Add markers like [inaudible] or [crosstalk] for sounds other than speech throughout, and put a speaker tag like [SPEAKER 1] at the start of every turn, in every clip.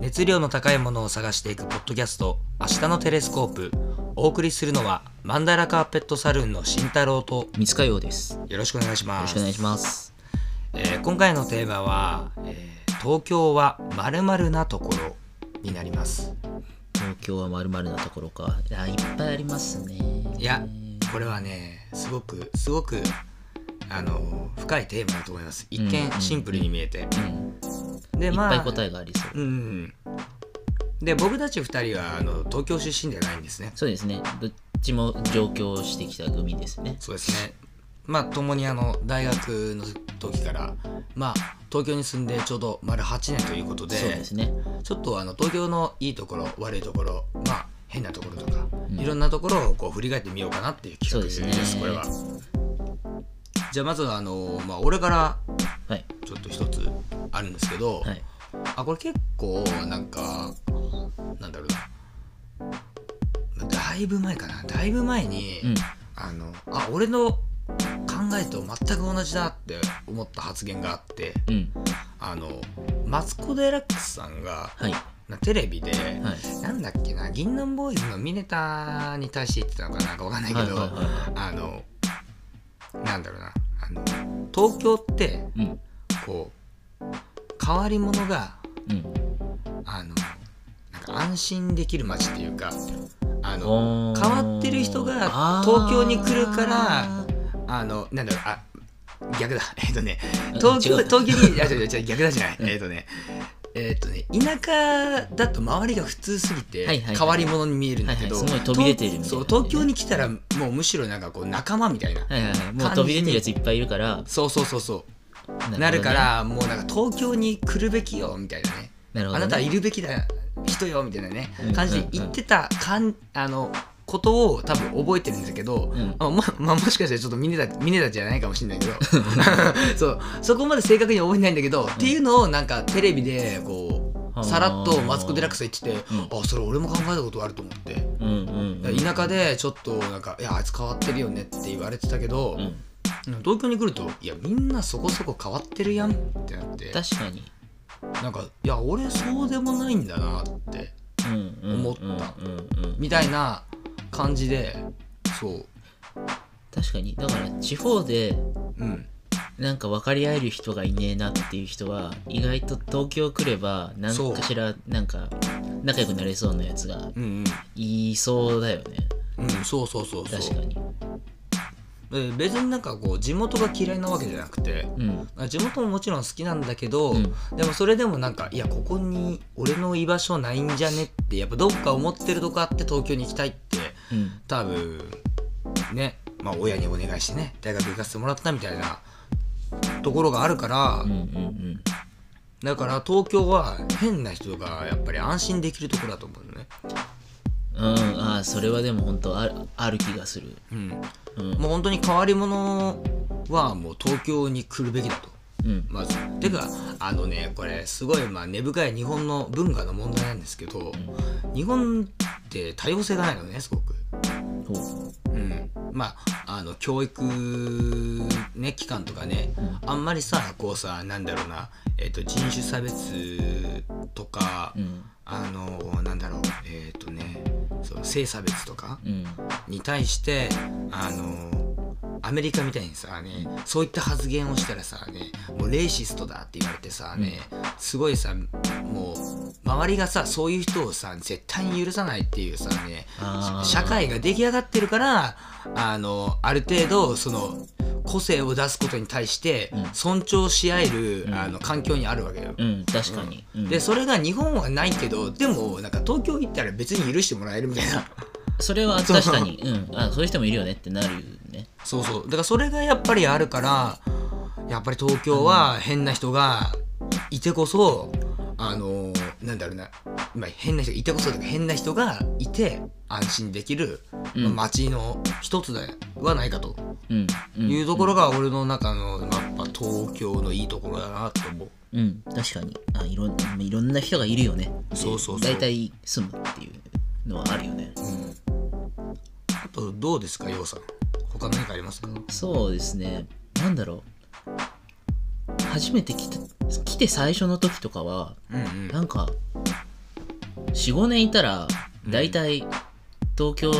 [SPEAKER 1] 熱量の高いものを探していくポッドキャスト「明日のテレスコープ」お送りするのはマンダラカーペットサルーンの慎太郎と
[SPEAKER 2] 三塚洋です。よ
[SPEAKER 1] よろしくお願いしま
[SPEAKER 2] ろし
[SPEAKER 1] す
[SPEAKER 2] くお願いします。
[SPEAKER 1] えー今回のテーマは、えー東京は〇〇なところ」になります
[SPEAKER 2] 東京はまるまるなところか。いや、いっぱいありますね。
[SPEAKER 1] いやこれはねすごくすごくあのー深いテーマだと思います一
[SPEAKER 2] うんう
[SPEAKER 1] 見
[SPEAKER 2] ん
[SPEAKER 1] シンプルに見えて、
[SPEAKER 2] うん、
[SPEAKER 1] で
[SPEAKER 2] いっ
[SPEAKER 1] ま
[SPEAKER 2] ぱい
[SPEAKER 1] あ
[SPEAKER 2] 答えがありそう。
[SPEAKER 1] うんで僕たち2人はあの東京出身じゃないんですね
[SPEAKER 2] そうですね。どっちも上京してきた組ですね。
[SPEAKER 1] そうですねまあ共にあの大学の時からまあ東京に住んでちょうど丸8年ということで
[SPEAKER 2] そうですね。
[SPEAKER 1] ちょっとあの東京のいいところ悪いところまあ変なところとか、
[SPEAKER 2] ん
[SPEAKER 1] いろんなところをこう振り返ってみようかなっていう企画です
[SPEAKER 2] そうですね
[SPEAKER 1] これは。じゃあまずあの、まあ、俺から
[SPEAKER 2] はい。
[SPEAKER 1] ちょっと一つあるんですけど、
[SPEAKER 2] はい。
[SPEAKER 1] あこれ結構なんかなんだろうなだいぶ前かなだいぶ前に、
[SPEAKER 2] うん。
[SPEAKER 1] あのあ俺の考えと全く同じだって思った発言があって
[SPEAKER 2] うん。
[SPEAKER 1] あのマツコ・デラックスさんが
[SPEAKER 2] はい。
[SPEAKER 1] なテレビで、
[SPEAKER 2] はい。
[SPEAKER 1] なんだっけな銀杏ボーイズのミネタに対して言ってたのかなんかわかんないけ
[SPEAKER 2] はい
[SPEAKER 1] ど、
[SPEAKER 2] はいは
[SPEAKER 1] あのなんだろうなあの東京って
[SPEAKER 2] い。うん。
[SPEAKER 1] こう変わり者が
[SPEAKER 2] うん。
[SPEAKER 1] あのなんか安心できる街っていうかあの
[SPEAKER 2] 変
[SPEAKER 1] 変わってる人が東京に来るからあのなんだろうあ逆だ [laughs] えっとね東京
[SPEAKER 2] 違う
[SPEAKER 1] 東京
[SPEAKER 2] [laughs]
[SPEAKER 1] にあ違う違う違う逆だじゃないえっとねえっとね田舎だと周りが普通すぎて
[SPEAKER 2] はいはいはい
[SPEAKER 1] 変わり者に見えるんだけど、
[SPEAKER 2] はいはいすごい飛び出てるみたいなね
[SPEAKER 1] そう東京に来たらもうむしろなんかこう仲間みたいな、
[SPEAKER 2] はいはいはい。もう飛び出てるやついっぱいいるから、
[SPEAKER 1] そうそうそうそ
[SPEAKER 2] なほど
[SPEAKER 1] う
[SPEAKER 2] ね
[SPEAKER 1] なるか、らもうなんか東京に来るべきよみたいなね
[SPEAKER 2] なるほ
[SPEAKER 1] あ
[SPEAKER 2] どね
[SPEAKER 1] なたはいるべきだ人よみたいなね
[SPEAKER 2] うん
[SPEAKER 1] 感じで言ってたかん、あのことを多分覚えてるんだけど、
[SPEAKER 2] うん
[SPEAKER 1] あままあ、もしかしたらちょっとミネタミネタじゃないかもしれない
[SPEAKER 2] [laughs]
[SPEAKER 1] けどそうそこまで正確には覚えてないんだけど、っていうのをなんかテレビでこ
[SPEAKER 2] は
[SPEAKER 1] う
[SPEAKER 2] あ
[SPEAKER 1] さらっとマツコ・デラックスが言ってて、
[SPEAKER 2] う
[SPEAKER 1] あそれ俺も考えたことあると思って、
[SPEAKER 2] うんうんうん。
[SPEAKER 1] 田舎でちょっとなんか「いやあいつ変わってるよね」って言われてたけど、
[SPEAKER 2] うん。
[SPEAKER 1] 東京に来ると「いやみんなそこそこ変わってるやん」ってなって
[SPEAKER 2] 確かに。
[SPEAKER 1] なんか「いや俺そうでもないんだな」って
[SPEAKER 2] うんうんうん
[SPEAKER 1] 思った
[SPEAKER 2] うんうん
[SPEAKER 1] みたいな感じでそう
[SPEAKER 2] 確かにだから地方で
[SPEAKER 1] うん
[SPEAKER 2] なんか分かり合える人がいねえなっていう人は意外と東京来れば
[SPEAKER 1] そう
[SPEAKER 2] 何かしらなんか仲良くなれそうなやつが
[SPEAKER 1] うん
[SPEAKER 2] いそうだよね
[SPEAKER 1] うん、うん、そうそうそうそう
[SPEAKER 2] 確かに
[SPEAKER 1] で別になんかこう地元が嫌いなわけじゃなくて
[SPEAKER 2] うん
[SPEAKER 1] 地元ももちろん好きなんだけど、
[SPEAKER 2] うん
[SPEAKER 1] でもそれでもなんかいやここに俺の居場所ないんじゃねってやっぱどっか思ってるとこあって東京に行きたいって
[SPEAKER 2] うん
[SPEAKER 1] 多分ねまあ親にお願いしてね大学行かせてもらったみたいなところがあるから、
[SPEAKER 2] うんうん
[SPEAKER 1] だから東京は変な人がやっぱり安心できるところだと思うのね、
[SPEAKER 2] うんうんああそれはでも本当あるある気がする
[SPEAKER 1] うん、
[SPEAKER 2] うん
[SPEAKER 1] もう本当に変わり者はもう東京に来るべきだと
[SPEAKER 2] うん
[SPEAKER 1] まずてかあのねこれすごいまあ根深い日本の文化の問題なんですけど日本って多様性がないのねすごく。
[SPEAKER 2] ほう
[SPEAKER 1] うん、まああの教育ね機関とかね、あんまりさこうさなんだろうな、えっと人種差別とか、
[SPEAKER 2] うん
[SPEAKER 1] あのなんだろうえっ、とねその性差別とか
[SPEAKER 2] うん
[SPEAKER 1] に対してあのアメリカみたいにさねそういった発言をしたらさねもうレイシストだって言われてさね、すごいさもう周りがさそういう人をさ絶対に許さないっていうさね
[SPEAKER 2] あー
[SPEAKER 1] 社会が出来上がってるからあのある程度その個性を出すことに対して
[SPEAKER 2] うん
[SPEAKER 1] 尊重し合える、
[SPEAKER 2] うん
[SPEAKER 1] あの環境にあるわけよ。
[SPEAKER 2] うん確かにうん
[SPEAKER 1] でそれが日本はないけどでもなんか東京行ったら別に許してもらえるみたいな。
[SPEAKER 2] それは確かにうんあそういう人もいるよねってなるよね
[SPEAKER 1] そうそうだからそれがやっぱりあるからやっぱり東京は変な人がいてこそあのなんだろうな、まあ、変な人がいてこそとか変な人がいて安心できる
[SPEAKER 2] うん
[SPEAKER 1] 街の一つではないかと
[SPEAKER 2] うんうん
[SPEAKER 1] いうところが俺の中のやっぱ東京のいいところだなと思う。
[SPEAKER 2] うん、確かにあいろんいろんな人がいるよね
[SPEAKER 1] そうそうそう
[SPEAKER 2] 大体住むっていうのはあるよね
[SPEAKER 1] あとどうですかようさん他何かありますか
[SPEAKER 2] そうですねなんだろう初めて来て来て最初の時とかは
[SPEAKER 1] うんうん
[SPEAKER 2] なんか45年いたら大体東京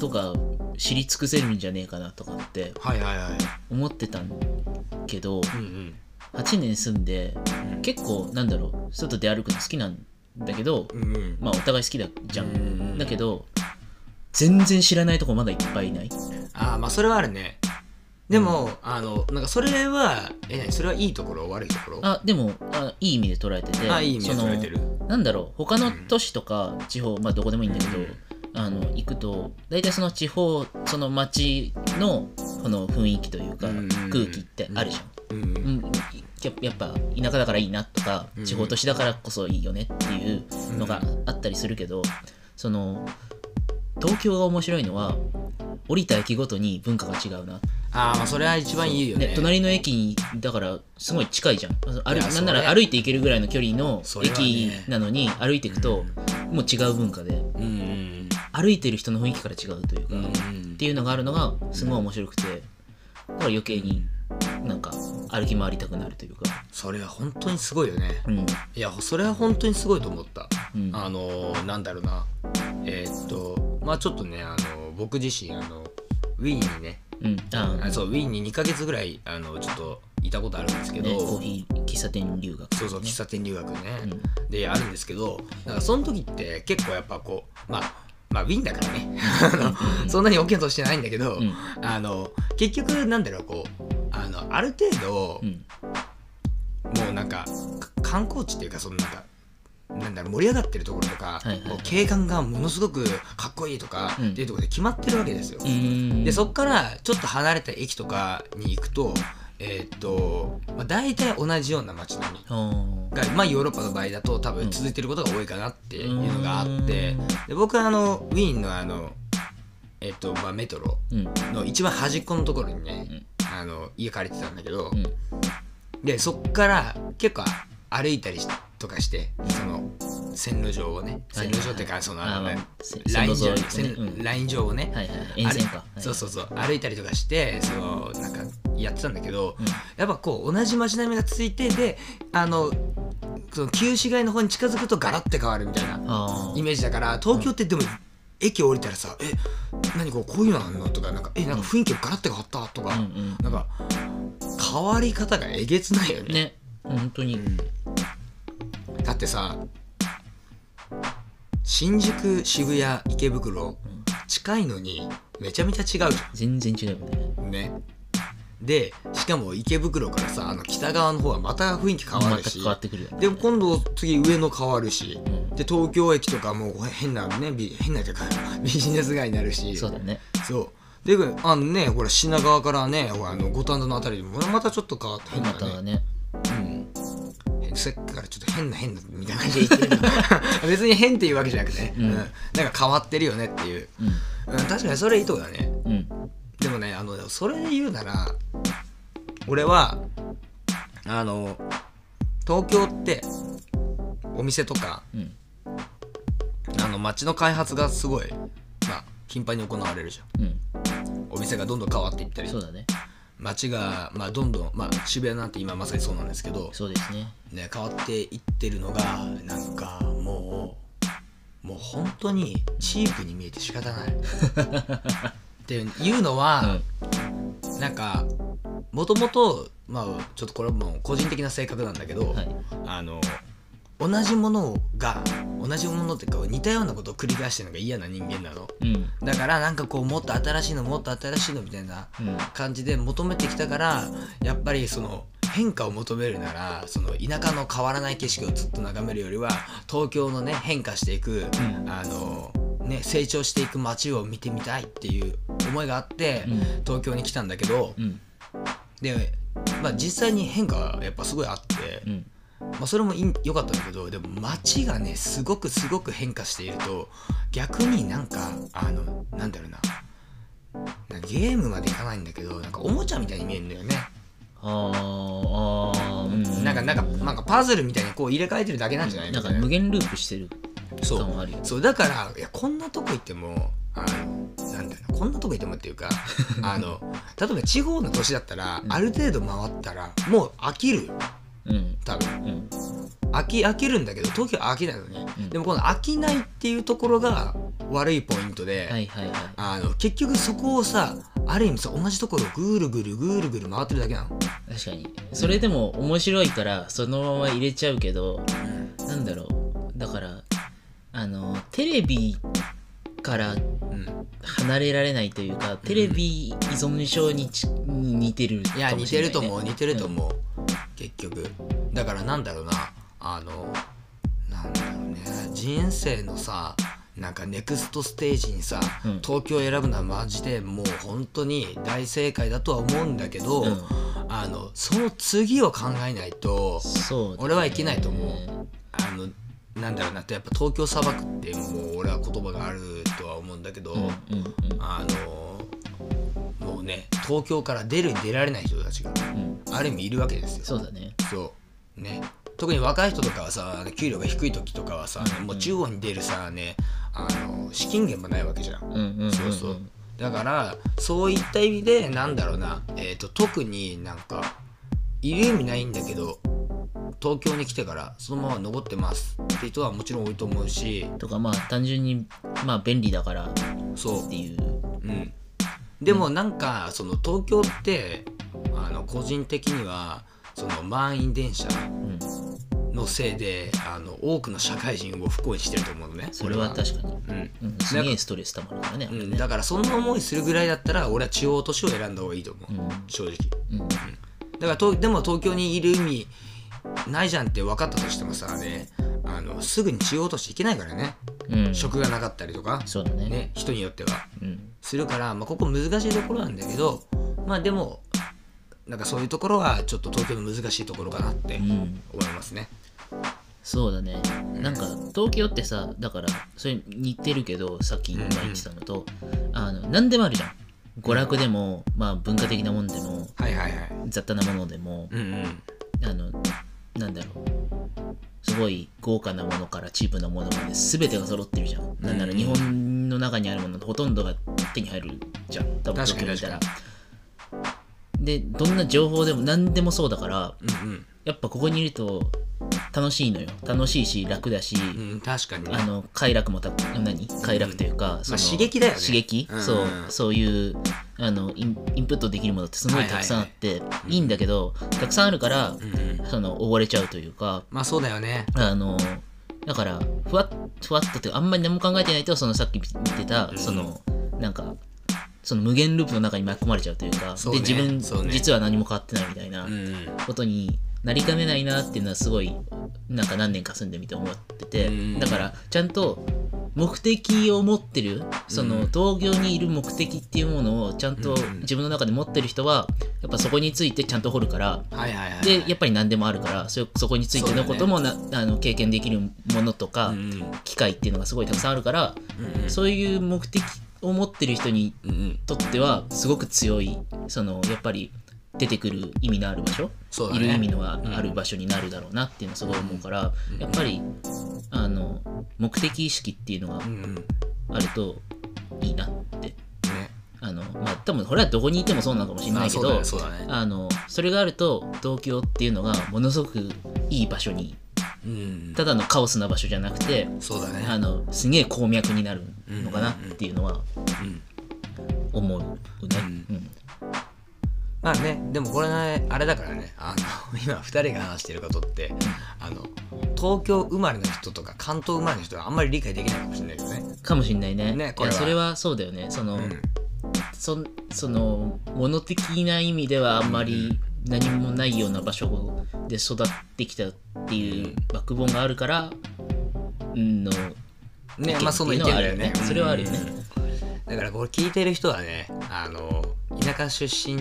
[SPEAKER 2] とか知り尽くせるんじゃねえかなとかって
[SPEAKER 1] はいはいはい
[SPEAKER 2] 思ってたんけ
[SPEAKER 1] う
[SPEAKER 2] ど
[SPEAKER 1] んうん
[SPEAKER 2] 8年住んで
[SPEAKER 1] うん
[SPEAKER 2] 結構なんだろう外で歩くの好きなんだけど
[SPEAKER 1] うんうん
[SPEAKER 2] まあお互い好きだじゃ
[SPEAKER 1] うんうんうん
[SPEAKER 2] んだけど全然知らないとこまだいっぱいいない
[SPEAKER 1] ああまあそれはあるねでも、あのなんかそれはえ何それはいいところ悪いところ
[SPEAKER 2] あでもあいい意味で捉えてて
[SPEAKER 1] あいい意味で
[SPEAKER 2] その
[SPEAKER 1] 捉えてる
[SPEAKER 2] なんだろう他の都市とか地方、まあ、どこでもいいんだけど、
[SPEAKER 1] うん
[SPEAKER 2] あの行くと大体その地方その町のこの雰囲気というか
[SPEAKER 1] うん
[SPEAKER 2] 空気ってあるじゃ
[SPEAKER 1] うんうん
[SPEAKER 2] ん、うんややっぱ田舎だからいいなとか
[SPEAKER 1] うん
[SPEAKER 2] 地方都市だからこそいいよねっていうのがあったりするけどその東京が面白いのは降りた駅ごとに文化が違うな
[SPEAKER 1] ああまあそれは一番いいよね
[SPEAKER 2] ね隣の駅にだからすごい近いじゃんあ
[SPEAKER 1] い
[SPEAKER 2] る
[SPEAKER 1] や
[SPEAKER 2] なんな
[SPEAKER 1] それ
[SPEAKER 2] ら歩いて行けるぐらいの距離の
[SPEAKER 1] それは
[SPEAKER 2] 駅
[SPEAKER 1] ね
[SPEAKER 2] なのに歩いていくともう違う文化で
[SPEAKER 1] うんうん
[SPEAKER 2] 歩いてる人の雰囲気から違うというか、
[SPEAKER 1] うんうん
[SPEAKER 2] っ
[SPEAKER 1] うん
[SPEAKER 2] ていうのがあるのがすごい面白くてだから余計になんか歩き回りたくなるというか
[SPEAKER 1] それは本当にすごいよね
[SPEAKER 2] うん
[SPEAKER 1] いやそれは本当にすごいと思った
[SPEAKER 2] うん
[SPEAKER 1] あのなんだろうなえーっとまあちょっとねあの僕自身あのウィーンにね
[SPEAKER 2] うんあ
[SPEAKER 1] あそうウィーンに2ヶ月ぐらいあのちょっといたことあるんですけ
[SPEAKER 2] ね
[SPEAKER 1] ど、
[SPEAKER 2] コーヒー喫茶店留学とかね
[SPEAKER 1] そうそう喫茶店留学ね、
[SPEAKER 2] うん
[SPEAKER 1] であるんですけどなんかその時って結構やっぱこうまあまあウィーンだからねあのそんなに大きなとしてないんだけど、
[SPEAKER 2] うん
[SPEAKER 1] あの結局なんだろうこうあのある程度、
[SPEAKER 2] うん
[SPEAKER 1] もうなんかか観光地っていうかそのなんかなんだろう盛り上がってるところとか、
[SPEAKER 2] いはいはい
[SPEAKER 1] こう景観がものすごくかっこいいとか、
[SPEAKER 2] うん
[SPEAKER 1] っていうところで決まってるわけですよ。
[SPEAKER 2] うん
[SPEAKER 1] でそっからちょっと離れた駅とかに行くとえーっと、まあ、大体同じような街並み
[SPEAKER 2] あー
[SPEAKER 1] が、まあ、ヨーロッパの場合だと多分続いてることが多いかなっていうのがあって
[SPEAKER 2] うん
[SPEAKER 1] で僕はあのウィーンのあの、えっとまあ、メトロ
[SPEAKER 2] うん
[SPEAKER 1] の一番端っこのところにね、
[SPEAKER 2] うん
[SPEAKER 1] あの家借りてたんだけど、
[SPEAKER 2] うん
[SPEAKER 1] でそっから結構歩いたりしとかしてその線路上をね
[SPEAKER 2] は
[SPEAKER 1] 線
[SPEAKER 2] い
[SPEAKER 1] 路上っていうかそのあの
[SPEAKER 2] あ
[SPEAKER 1] ね
[SPEAKER 2] ーまあせ
[SPEAKER 1] ライン
[SPEAKER 2] 線路
[SPEAKER 1] 上
[SPEAKER 2] 沿い
[SPEAKER 1] 線
[SPEAKER 2] ねうん
[SPEAKER 1] ライン上をね、
[SPEAKER 2] はいはいはい沿線か
[SPEAKER 1] あれそうそうそう歩いたりとかしてそのなんかやってたんだけど、
[SPEAKER 2] うん
[SPEAKER 1] やっぱこう同じ街並みがついてであのその旧市街の方に近づくとガラッて変わるみたいな
[SPEAKER 2] あ
[SPEAKER 1] イ
[SPEAKER 2] ー
[SPEAKER 1] メージだから東京ってでも、駅降りたらさ「え何こうこういうのあんの?」とか「なんかえなんか雰囲気ガラッて変わった」とか、
[SPEAKER 2] うんうん
[SPEAKER 1] なんか変わり方がえげつないよね。
[SPEAKER 2] ね本当に
[SPEAKER 1] だってさ新宿渋谷池袋近いのにめちゃめちゃ違うじゃん。
[SPEAKER 2] 全然違うよね
[SPEAKER 1] ねでしかも池袋からさあの北側の方はまた雰囲気変わ
[SPEAKER 2] ま
[SPEAKER 1] る
[SPEAKER 2] た
[SPEAKER 1] し
[SPEAKER 2] 変わってくるよね
[SPEAKER 1] で今度次上野変わるし、
[SPEAKER 2] ん
[SPEAKER 1] で東京駅とかもう変なねび変なというか [laughs] ビジネス街になるし
[SPEAKER 2] そうだよね
[SPEAKER 1] そうであのねほら品川からねほらあの五反田のあたりにもまたちょっと変わって変
[SPEAKER 2] ま
[SPEAKER 1] なね
[SPEAKER 2] たね
[SPEAKER 1] うん、さっきからちょっと変な変なみたいな感じで言ってるけ
[SPEAKER 2] [laughs]
[SPEAKER 1] ど別に変っていうわけじゃなくてね、
[SPEAKER 2] うん
[SPEAKER 1] うんなんか変わってるよねっていう、
[SPEAKER 2] う
[SPEAKER 1] うん、確かにそれいいとこだね
[SPEAKER 2] んうん
[SPEAKER 1] でもねあのそれで言うなら俺はあの東京ってお店とか
[SPEAKER 2] うん
[SPEAKER 1] あの街の開発がすごい、まあ、頻繁に行われるじゃん
[SPEAKER 2] うん
[SPEAKER 1] お店がどんどん変わっていったり
[SPEAKER 2] そうだね
[SPEAKER 1] 街が、まあ、どんどん、まあ、渋谷なんて今まさにそうなんですけど、
[SPEAKER 2] そうですね
[SPEAKER 1] ね、変わっていってるのがなんかもうもう本当にチープに見えて仕
[SPEAKER 2] [laughs]
[SPEAKER 1] 方ない。っていうのは、なんかもともとまあちょっとこれはもう個人的な性格なんだけど、
[SPEAKER 2] はい
[SPEAKER 1] あの同じものが同じものっていうか似たようなことを繰り返してるのが嫌な人間なの
[SPEAKER 2] うんうん
[SPEAKER 1] だからなんかこうもっと新しいのもっと新しいのみたいな感じで求めてきたからやっぱりその変化を求めるならその田舎の変わらない景色をずっと眺めるよりは東京のね変化していく、
[SPEAKER 2] ん
[SPEAKER 1] あのね成長していく街を見てみたいっていう思いがあって、
[SPEAKER 2] うん
[SPEAKER 1] 東京に来たんだけど、
[SPEAKER 2] うん
[SPEAKER 1] で、まあ、実際に変化はやっぱすごいあって、
[SPEAKER 2] うん
[SPEAKER 1] まあ、それもいい良かったんだけどでも街がねすごくすごく変化していると逆になんかあのなんだろうななんかゲームまでいかないんだけどなんかおもちゃみたいに見えるんだよね、
[SPEAKER 2] あーあーうん
[SPEAKER 1] なんかなんかなんかパズルみたいにこう入れ替えてるだけなんじゃない
[SPEAKER 2] な
[SPEAKER 1] み
[SPEAKER 2] んか
[SPEAKER 1] たいな
[SPEAKER 2] 無限ループしてる
[SPEAKER 1] そ
[SPEAKER 2] 感はあ
[SPEAKER 1] う
[SPEAKER 2] るよ
[SPEAKER 1] そうだからいやこんなとこ行ってもあのなんだろうなこんなとこ行ってもっていうかあの例えば地方の都市だったら、ある程度回ったらもう飽きるよ
[SPEAKER 2] うん
[SPEAKER 1] 多分
[SPEAKER 2] うん
[SPEAKER 1] 飽き飽きるんだけど東京は飽きないのね、
[SPEAKER 2] うん
[SPEAKER 1] でもこの飽きないっていうところが悪いポイントで、
[SPEAKER 2] はいはいはい
[SPEAKER 1] あの結局そこをさある意味さ同じところをぐるぐるぐるぐる回ってるだけなの、
[SPEAKER 2] 確かにそれでも面白いからそのまま入れちゃうけどなんだろうだからあのテレビから
[SPEAKER 1] うん
[SPEAKER 2] 離れられないというかテレビ依存症にちに似てるかもし
[SPEAKER 1] い
[SPEAKER 2] れな
[SPEAKER 1] や
[SPEAKER 2] い、ね、
[SPEAKER 1] 似てると思う似てると思う、結局だからなんだろうなあのなんだろうね人生のさなんかネクストステージにさ、
[SPEAKER 2] うん
[SPEAKER 1] 東京を選ぶのはマジでもう本当に大正解だとは思うんだけど、
[SPEAKER 2] うん
[SPEAKER 1] あのその次を考えないと
[SPEAKER 2] そうだね、
[SPEAKER 1] 俺は生きないと思うあのなんだろうなってやっぱ東京砂漠ってもう俺は言葉があるとは思うんだけど、
[SPEAKER 2] うんうんうん
[SPEAKER 1] あのもうね東京から出る出られない人たちが
[SPEAKER 2] うん
[SPEAKER 1] ある意味いるわけですよ。
[SPEAKER 2] そうだね
[SPEAKER 1] そうね特に若い人とかはさ給料が低い時とかはさ、もう中央に出るさねあの資金源もないわけじゃん。
[SPEAKER 2] うんうんうん、うん、
[SPEAKER 1] そうそうだからそういった意味でなんだろうな、えー、と特になんかいる意味ないんだけど東京に来てからそのまま残ってますって人はもちろん多いと思うし
[SPEAKER 2] とかまあ単純にまあ便利だからっ
[SPEAKER 1] そう
[SPEAKER 2] ていう
[SPEAKER 1] うん、でもなんかその東京ってあの個人的にはその満員電車
[SPEAKER 2] うん、
[SPEAKER 1] のせいであの多くの社会人を不幸にしてると思うのね
[SPEAKER 2] それは確かに、
[SPEAKER 1] うん
[SPEAKER 2] うん、すげえストレスたまるからねあ
[SPEAKER 1] う
[SPEAKER 2] れ
[SPEAKER 1] ん、
[SPEAKER 2] ね
[SPEAKER 1] だからそんな思いするぐらいだったら俺は地方都市を選んだ方がいいと思う、正直
[SPEAKER 2] うん、うん
[SPEAKER 1] だからとでも東京にいる意味ないじゃんって分かったとしてもさねあのすぐに地方都市行けないからね
[SPEAKER 2] うん、
[SPEAKER 1] 職がなかったりとか、
[SPEAKER 2] そうだね
[SPEAKER 1] ね、人によっては
[SPEAKER 2] うん、
[SPEAKER 1] するから、まあ、ここ難しいところなんだけどまあでもなんかそういうところはちょっと東京の難しいところかなって
[SPEAKER 2] うん、
[SPEAKER 1] 思いますね。
[SPEAKER 2] そうだねなんか東京ってさだからそれ似てるけどさっき今言ってたのと、あの何でもあるじゃん娯楽でも、まあ、文化的なものでも
[SPEAKER 1] はいはいはい。
[SPEAKER 2] 雑多なものでも、
[SPEAKER 1] うんうん。
[SPEAKER 2] あのなんだろうすごい豪華なものからチープなものまで全てが揃ってるじゃん。なんなら
[SPEAKER 1] うん
[SPEAKER 2] 日本の中にあるもののほとんどが手に入るじゃん。多分
[SPEAKER 1] 確かに
[SPEAKER 2] 東京にいたら。でどんな情報でも何でもそうだから
[SPEAKER 1] うん
[SPEAKER 2] やっぱここにいると楽しいのよ。楽しいし楽だし、
[SPEAKER 1] うん。うん、確かにね。
[SPEAKER 2] あの快楽もた何快楽というか、その
[SPEAKER 1] 刺激だよね
[SPEAKER 2] 刺激、
[SPEAKER 1] うんうん
[SPEAKER 2] そうそういうあのインインプットできるものってすごいたくさんあって、いいんだけどたくさんあるから、
[SPEAKER 1] うんうん、
[SPEAKER 2] その溺れちゃうというか
[SPEAKER 1] まあそうだよね。
[SPEAKER 2] あのだからふわっふわっとっていうかあんまり何も考えてないとそのさっき言ってた
[SPEAKER 1] うん
[SPEAKER 2] そのなんかその無限ループの中に巻き込まれちゃうというか
[SPEAKER 1] そうね
[SPEAKER 2] で自分、
[SPEAKER 1] そうね
[SPEAKER 2] 実は何も変わってないみたいな
[SPEAKER 1] うんうん。
[SPEAKER 2] ことになりかねないなっていうのはすごいなんか何年か住んでみて思ってて、
[SPEAKER 1] うん
[SPEAKER 2] だからちゃんと目的を持ってるその
[SPEAKER 1] うん
[SPEAKER 2] 東京にいる目的っていうものをちゃんと
[SPEAKER 1] うん
[SPEAKER 2] 自分の中で持ってる人はやっぱそこについてちゃんと掘るから
[SPEAKER 1] はいはいはい。
[SPEAKER 2] でやっぱり何でもあるからそそこについてのこともな、あの経験できるものとか、
[SPEAKER 1] うんうん
[SPEAKER 2] 機会っていうのがすごいたくさんあるから、
[SPEAKER 1] うんうん。
[SPEAKER 2] そういう目的を持ってる人に
[SPEAKER 1] うんうん。
[SPEAKER 2] とってはすごく強いそのやっぱり出てくる意味のある場所、
[SPEAKER 1] そうだ
[SPEAKER 2] い
[SPEAKER 1] ね
[SPEAKER 2] る意味のは
[SPEAKER 1] うん
[SPEAKER 2] ある場所になるだろうなっていうのはすごい思うから、やっぱりあの目的意識っていうのが
[SPEAKER 1] うんうん。ね。
[SPEAKER 2] あるといいなってあのまあ多分これはどこにいてもそうなのかもしれ
[SPEAKER 1] ま
[SPEAKER 2] な
[SPEAKER 1] あ
[SPEAKER 2] いけ
[SPEAKER 1] そうだ
[SPEAKER 2] ど、
[SPEAKER 1] ね。そうだね。
[SPEAKER 2] あのそれがあると東京っていうのがものすごくいい場所に
[SPEAKER 1] うん。
[SPEAKER 2] ただのカオスな場所じゃなくて
[SPEAKER 1] そうだね。
[SPEAKER 2] あのすげえ鉱脈になるのかなっていうのは
[SPEAKER 1] うん
[SPEAKER 2] 思うね。うん
[SPEAKER 1] まあね、でもこれね、あれだからね、あの、 [laughs] 今2人が話してることって、あの、東京生まれの人とか関東生まれの人はあんまり理解できないかもしれないけどね。
[SPEAKER 2] かもしんないね。
[SPEAKER 1] ねこれはい
[SPEAKER 2] やそれはそうだよね。その、
[SPEAKER 1] うん。
[SPEAKER 2] そその物的な意味ではあんまり何もないような場所で育ってきたっていうバックボーンがあるからうんの
[SPEAKER 1] ね
[SPEAKER 2] 意見、
[SPEAKER 1] まあその意見
[SPEAKER 2] っていう
[SPEAKER 1] だ
[SPEAKER 2] のはある
[SPEAKER 1] よ
[SPEAKER 2] よね
[SPEAKER 1] ね。
[SPEAKER 2] それはあるよね
[SPEAKER 1] うん。だからこれ聞いてる人はね、あの、田舎出身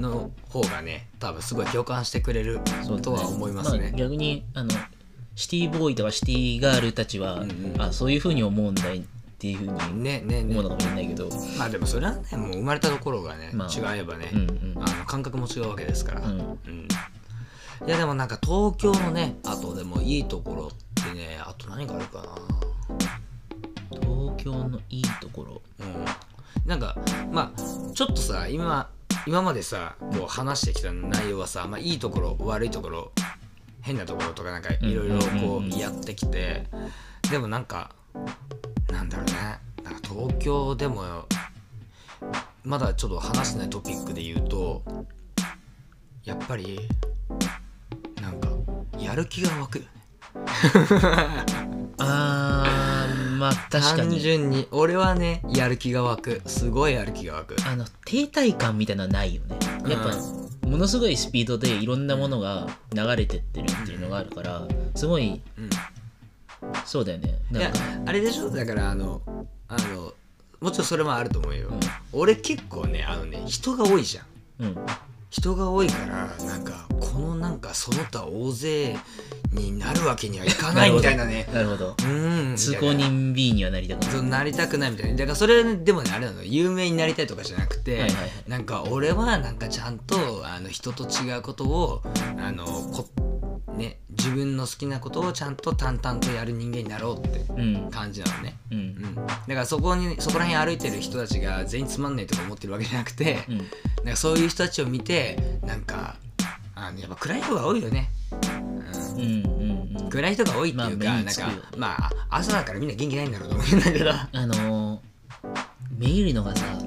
[SPEAKER 1] の方がね、多分すごい共感してくれるとは思います
[SPEAKER 2] あ
[SPEAKER 1] ね。
[SPEAKER 2] 逆にあのシティボーイとかシティガールたちは、
[SPEAKER 1] うんうん
[SPEAKER 2] あそういうふうに思うんだいっていうふうに
[SPEAKER 1] ね、ね、
[SPEAKER 2] 思
[SPEAKER 1] ね
[SPEAKER 2] う。のかもしれないけど、
[SPEAKER 1] まあでもそれはね、もう生まれたところがね、
[SPEAKER 2] まあ
[SPEAKER 1] 違えばね、
[SPEAKER 2] うんうん
[SPEAKER 1] あの感覚も違うわけですから。
[SPEAKER 2] うん
[SPEAKER 1] うんいやでもなんか東京のねあとでもいいところってねあと何があるか
[SPEAKER 2] 東京のいいとこ
[SPEAKER 1] な
[SPEAKER 2] ろ
[SPEAKER 1] うんなんかまあちょっとさ今今までさこう話してきた内容はさ、まあ、いいところ悪いところ変なところとかなんか
[SPEAKER 2] うん
[SPEAKER 1] いろいろ
[SPEAKER 2] う
[SPEAKER 1] こ
[SPEAKER 2] んうんうん
[SPEAKER 1] うやってきてでもなんかなんだろうねなんか東京でもまだちょっと話してないトピックで言うとやっぱりなんかやる気が湧くよね
[SPEAKER 2] あーまあ確か
[SPEAKER 1] 単
[SPEAKER 2] に
[SPEAKER 1] 純に俺はねやる気が湧くすごいやる気が湧く
[SPEAKER 2] あの停滞感みたいなのはないよねやっぱ、ものすごいスピードでいろんなものが流れてってるっていうのがあるからすごい
[SPEAKER 1] うん
[SPEAKER 2] そうだよね
[SPEAKER 1] い
[SPEAKER 2] な
[SPEAKER 1] や
[SPEAKER 2] んか
[SPEAKER 1] あれでしょだからあのあのもちろんそれもあると思うよ、
[SPEAKER 2] うん
[SPEAKER 1] 俺結構ねあのね人が多いじゃん
[SPEAKER 2] うん
[SPEAKER 1] 人が多いからなんかこのなんかその他大勢になるわけにはいかないみたいなね
[SPEAKER 2] なるほど
[SPEAKER 1] うーん
[SPEAKER 2] 通行
[SPEAKER 1] みたい
[SPEAKER 2] 人 B にはなりたく
[SPEAKER 1] な
[SPEAKER 2] ない
[SPEAKER 1] そうなりたくないみたいなだからそれでもねあれなの有名になりたいとかじゃなくて、
[SPEAKER 2] はいはいはい
[SPEAKER 1] なんか俺はなんかちゃんとあの人と違うことをあのこね自分の好きなことをちゃんと淡々とやる人間になろうって
[SPEAKER 2] うん
[SPEAKER 1] 感じなのね
[SPEAKER 2] うん
[SPEAKER 1] うん、だからそこにそこら辺歩いてる人たちが全員つまんねえとか思ってるわけじゃなくて、
[SPEAKER 2] うん
[SPEAKER 1] なんかそういう人たちを見てなんかあのやっぱ暗い人が多いよね、
[SPEAKER 2] うんうんうん
[SPEAKER 1] うん、暗い人が多いっていうか、
[SPEAKER 2] まあ目
[SPEAKER 1] な
[SPEAKER 2] に
[SPEAKER 1] ん
[SPEAKER 2] つく
[SPEAKER 1] か
[SPEAKER 2] よ
[SPEAKER 1] まあ朝だからみんな元気ないんだろうと思うんだけど、
[SPEAKER 2] あのー目入りのがさ
[SPEAKER 1] う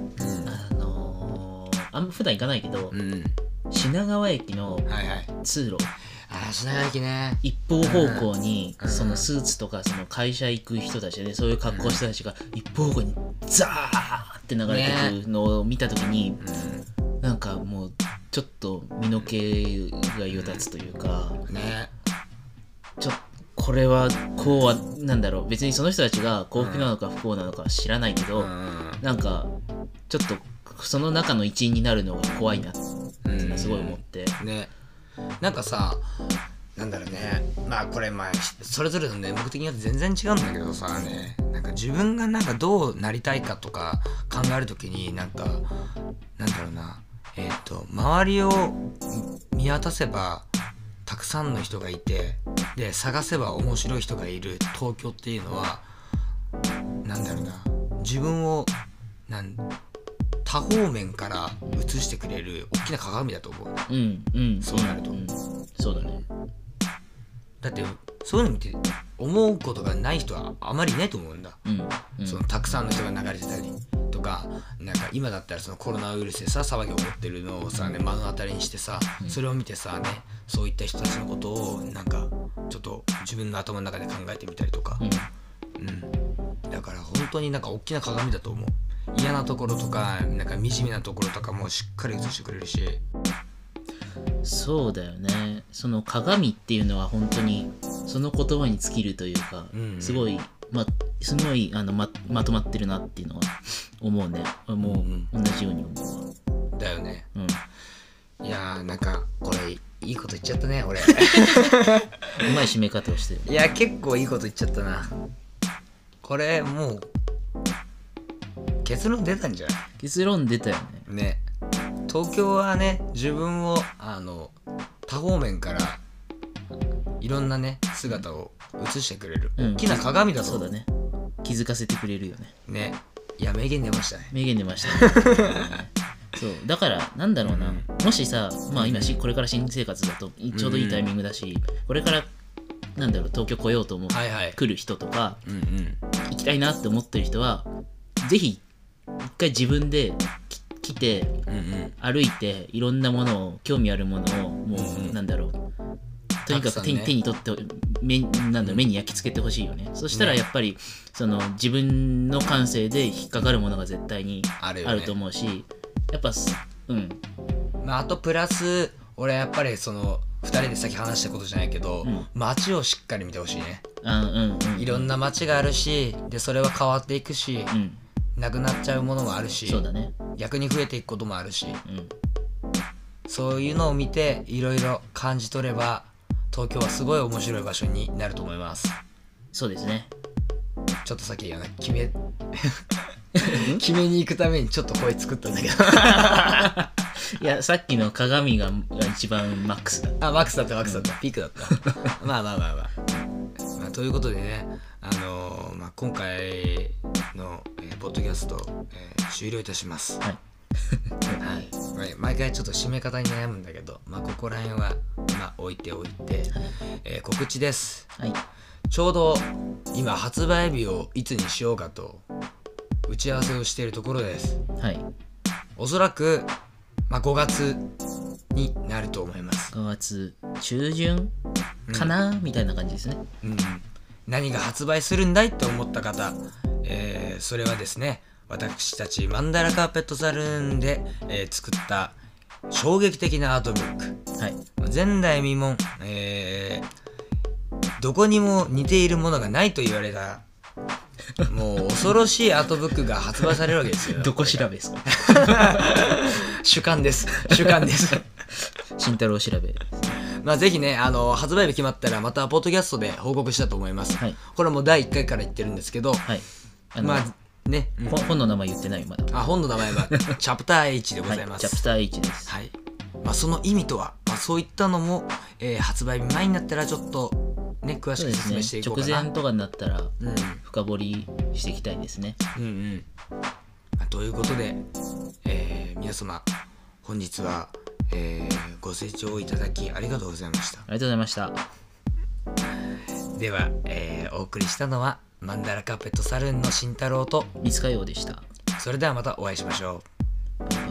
[SPEAKER 2] あのーあんま普段行かないけど
[SPEAKER 1] んうん、
[SPEAKER 2] 品川駅の
[SPEAKER 1] はいはい
[SPEAKER 2] 通路
[SPEAKER 1] ああ品川駅ね
[SPEAKER 2] 一方方向に
[SPEAKER 1] うん
[SPEAKER 2] そのスーツとかその会社行く人たちでそういう格好した人たちが一方方向にザーって流れてくのを見た時に
[SPEAKER 1] う
[SPEAKER 2] なんかもうちょっと身の毛がよだつというか
[SPEAKER 1] んね
[SPEAKER 2] ちょこれはこうはなんだろう別にその人たちが幸福なのか不幸なのか知らないけ
[SPEAKER 1] う
[SPEAKER 2] ど
[SPEAKER 1] ん
[SPEAKER 2] なんかちょっとその中の一員になるのが怖いなっていうのはすごい思って
[SPEAKER 1] ねなんかさなんだろうねまあこれまあそれぞれのね目的によって全然違うんだけどさねなんか自分がなんかどうなりたいかとか考えるときになんかなんだろうなえっ、と周りを見渡せばたくさんの人がいてで探せば面白い人がいる東京っていうのはなんだろうな自分をなん多方面から映してくれる大きな鏡だと思う
[SPEAKER 2] うんうん
[SPEAKER 1] そうなると
[SPEAKER 2] んそうだね
[SPEAKER 1] だってそういうの見て思うことがない人はあまりいないと思うんだ、
[SPEAKER 2] うんうん
[SPEAKER 1] そのたくさんの人が流れてたりとかなんか今だったらそのコロナウイルスでさ騒ぎ起こってるのをさ、ね、目の当たりにしてさそれを見てさ、ね、そういった人たちのことをなんかちょっと自分の頭の中で考えてみたりとか、
[SPEAKER 2] うん
[SPEAKER 1] うん、だから本当になんか大きな鏡だと思う嫌なところとかなんか惨めなところとかもしっかり映してくれるし
[SPEAKER 2] そうだよねその鏡っていうのは本当にその言葉に尽きるというか、
[SPEAKER 1] うんうん
[SPEAKER 2] すごいまあすごいあのままとまってるなっていうのは思うねも
[SPEAKER 1] うん
[SPEAKER 2] う同じように思うわ
[SPEAKER 1] だよね
[SPEAKER 2] うん
[SPEAKER 1] いやーなんかこれいいこと言っちゃったね俺。
[SPEAKER 2] うまい締め方をしてる
[SPEAKER 1] いや結構いいこと言っちゃったなこれもう結論出たんじゃな
[SPEAKER 2] 結論出たよね
[SPEAKER 1] いね東京はね自分をあの多方面からいろんなね姿を映してくれる、
[SPEAKER 2] うん
[SPEAKER 1] 大きな鏡だ
[SPEAKER 2] そうだ
[SPEAKER 1] ね
[SPEAKER 2] ね気づかせてくれるよね
[SPEAKER 1] ねいや名言出ましたね
[SPEAKER 2] 名言出ましたね
[SPEAKER 1] [laughs]
[SPEAKER 2] そうだからなんだろうな、もしさまあ今しこれから新生活だといちょうどいいタイミングだし、これからなんだろう東京来ようと思う、
[SPEAKER 1] はいはい
[SPEAKER 2] 来る人とか
[SPEAKER 1] うんうん
[SPEAKER 2] 行きたいなって思ってる人はぜひ一回自分でき来て
[SPEAKER 1] うんうん
[SPEAKER 2] 歩いていろんなものを興味あるものをも
[SPEAKER 1] うんう
[SPEAKER 2] うんなんだろうと
[SPEAKER 1] た
[SPEAKER 2] にか
[SPEAKER 1] くさ
[SPEAKER 2] く
[SPEAKER 1] ん
[SPEAKER 2] 手に,、
[SPEAKER 1] ね
[SPEAKER 2] 手に取って目なんだろう目に焼き付けてほしいよねそしたら
[SPEAKER 1] ね
[SPEAKER 2] やっぱりその自分の感性で引っかかるものが絶対に
[SPEAKER 1] あるよね
[SPEAKER 2] あると思うし、やっぱすうん
[SPEAKER 1] まあ、あとプラス俺はやっぱりその2人でさっき話したことじゃないけど、
[SPEAKER 2] うん
[SPEAKER 1] 街をしっかり見てほしいね
[SPEAKER 2] あうんうん
[SPEAKER 1] いろんな街があるしでそれは変わっていくし、
[SPEAKER 2] うん
[SPEAKER 1] なくなっちゃうものもあるし
[SPEAKER 2] そうだね
[SPEAKER 1] 逆に増えていくこともあるし
[SPEAKER 2] うん
[SPEAKER 1] そういうのを見ていろいろ感じ取れば東京はすごい面白い場所になると思います
[SPEAKER 2] そうですね
[SPEAKER 1] ちょっとさっきあの決め [laughs] 決めに行くためにちょっと声作ったんだけど
[SPEAKER 2] いやさっきの鏡がが一番マックスだ
[SPEAKER 1] あマックスだったマックスだった、ピークだったまあまあまあまあ、まあ、ということでねあのーまあ、今回の、えーポッドキャスト、えー終了いたします
[SPEAKER 2] はい
[SPEAKER 1] はい、毎回ちょっと締め方に悩むんだけど、まあ、ここら辺はまあ置いておいて、えー告知です
[SPEAKER 2] はい
[SPEAKER 1] ちょうど今発売日をいつにしようかと打ち合わせをしているところです
[SPEAKER 2] はい
[SPEAKER 1] おそらく、まあ、5月になると思います、
[SPEAKER 2] 5月中旬かな、みたいな感じですね
[SPEAKER 1] うん、何が発売するんだいと思った方、えーそれはですね私たちマンダラカーペットサルーンで、えー作った衝撃的なアートブック
[SPEAKER 2] はい
[SPEAKER 1] 前代未聞、えーどこにも似ているものがないと言われたもう恐ろしいアートブックが発売されるわけですよ
[SPEAKER 2] どこ調べ
[SPEAKER 1] [laughs]
[SPEAKER 2] ですか
[SPEAKER 1] 主観です主観です
[SPEAKER 2] 慎太郎調べ
[SPEAKER 1] まあぜひねあの発売日決まったらまたポッドキャストで報告したと思います、
[SPEAKER 2] はい
[SPEAKER 1] これも第1回から言ってるんですけど、
[SPEAKER 2] はいあの、
[SPEAKER 1] まあね、うん
[SPEAKER 2] ほ本の名前言ってないよまだ
[SPEAKER 1] あ本の名
[SPEAKER 2] [laughs]
[SPEAKER 1] 前はチャプター H でございま
[SPEAKER 2] はい、チャ
[SPEAKER 1] す
[SPEAKER 2] プター1です
[SPEAKER 1] はい、まあ、その意味とは、まあ、そういったのも、えー発売日前になったらちょっとね詳し
[SPEAKER 2] そ
[SPEAKER 1] く
[SPEAKER 2] うで
[SPEAKER 1] 説明し
[SPEAKER 2] す
[SPEAKER 1] て
[SPEAKER 2] ね
[SPEAKER 1] いこうか
[SPEAKER 2] 直
[SPEAKER 1] な
[SPEAKER 2] 前とかになったら
[SPEAKER 1] うん
[SPEAKER 2] 深掘りしていきたいですね
[SPEAKER 1] うんうんまあということで、えー皆様本日は、えーご清聴いただきありがとうございました
[SPEAKER 2] ありがとうございました
[SPEAKER 1] では、えーお送りしたのはマンダラカーペットサルーンの慎太郎と
[SPEAKER 2] 三塚洋でした
[SPEAKER 1] それではまたお会いしましょう
[SPEAKER 2] バイバイ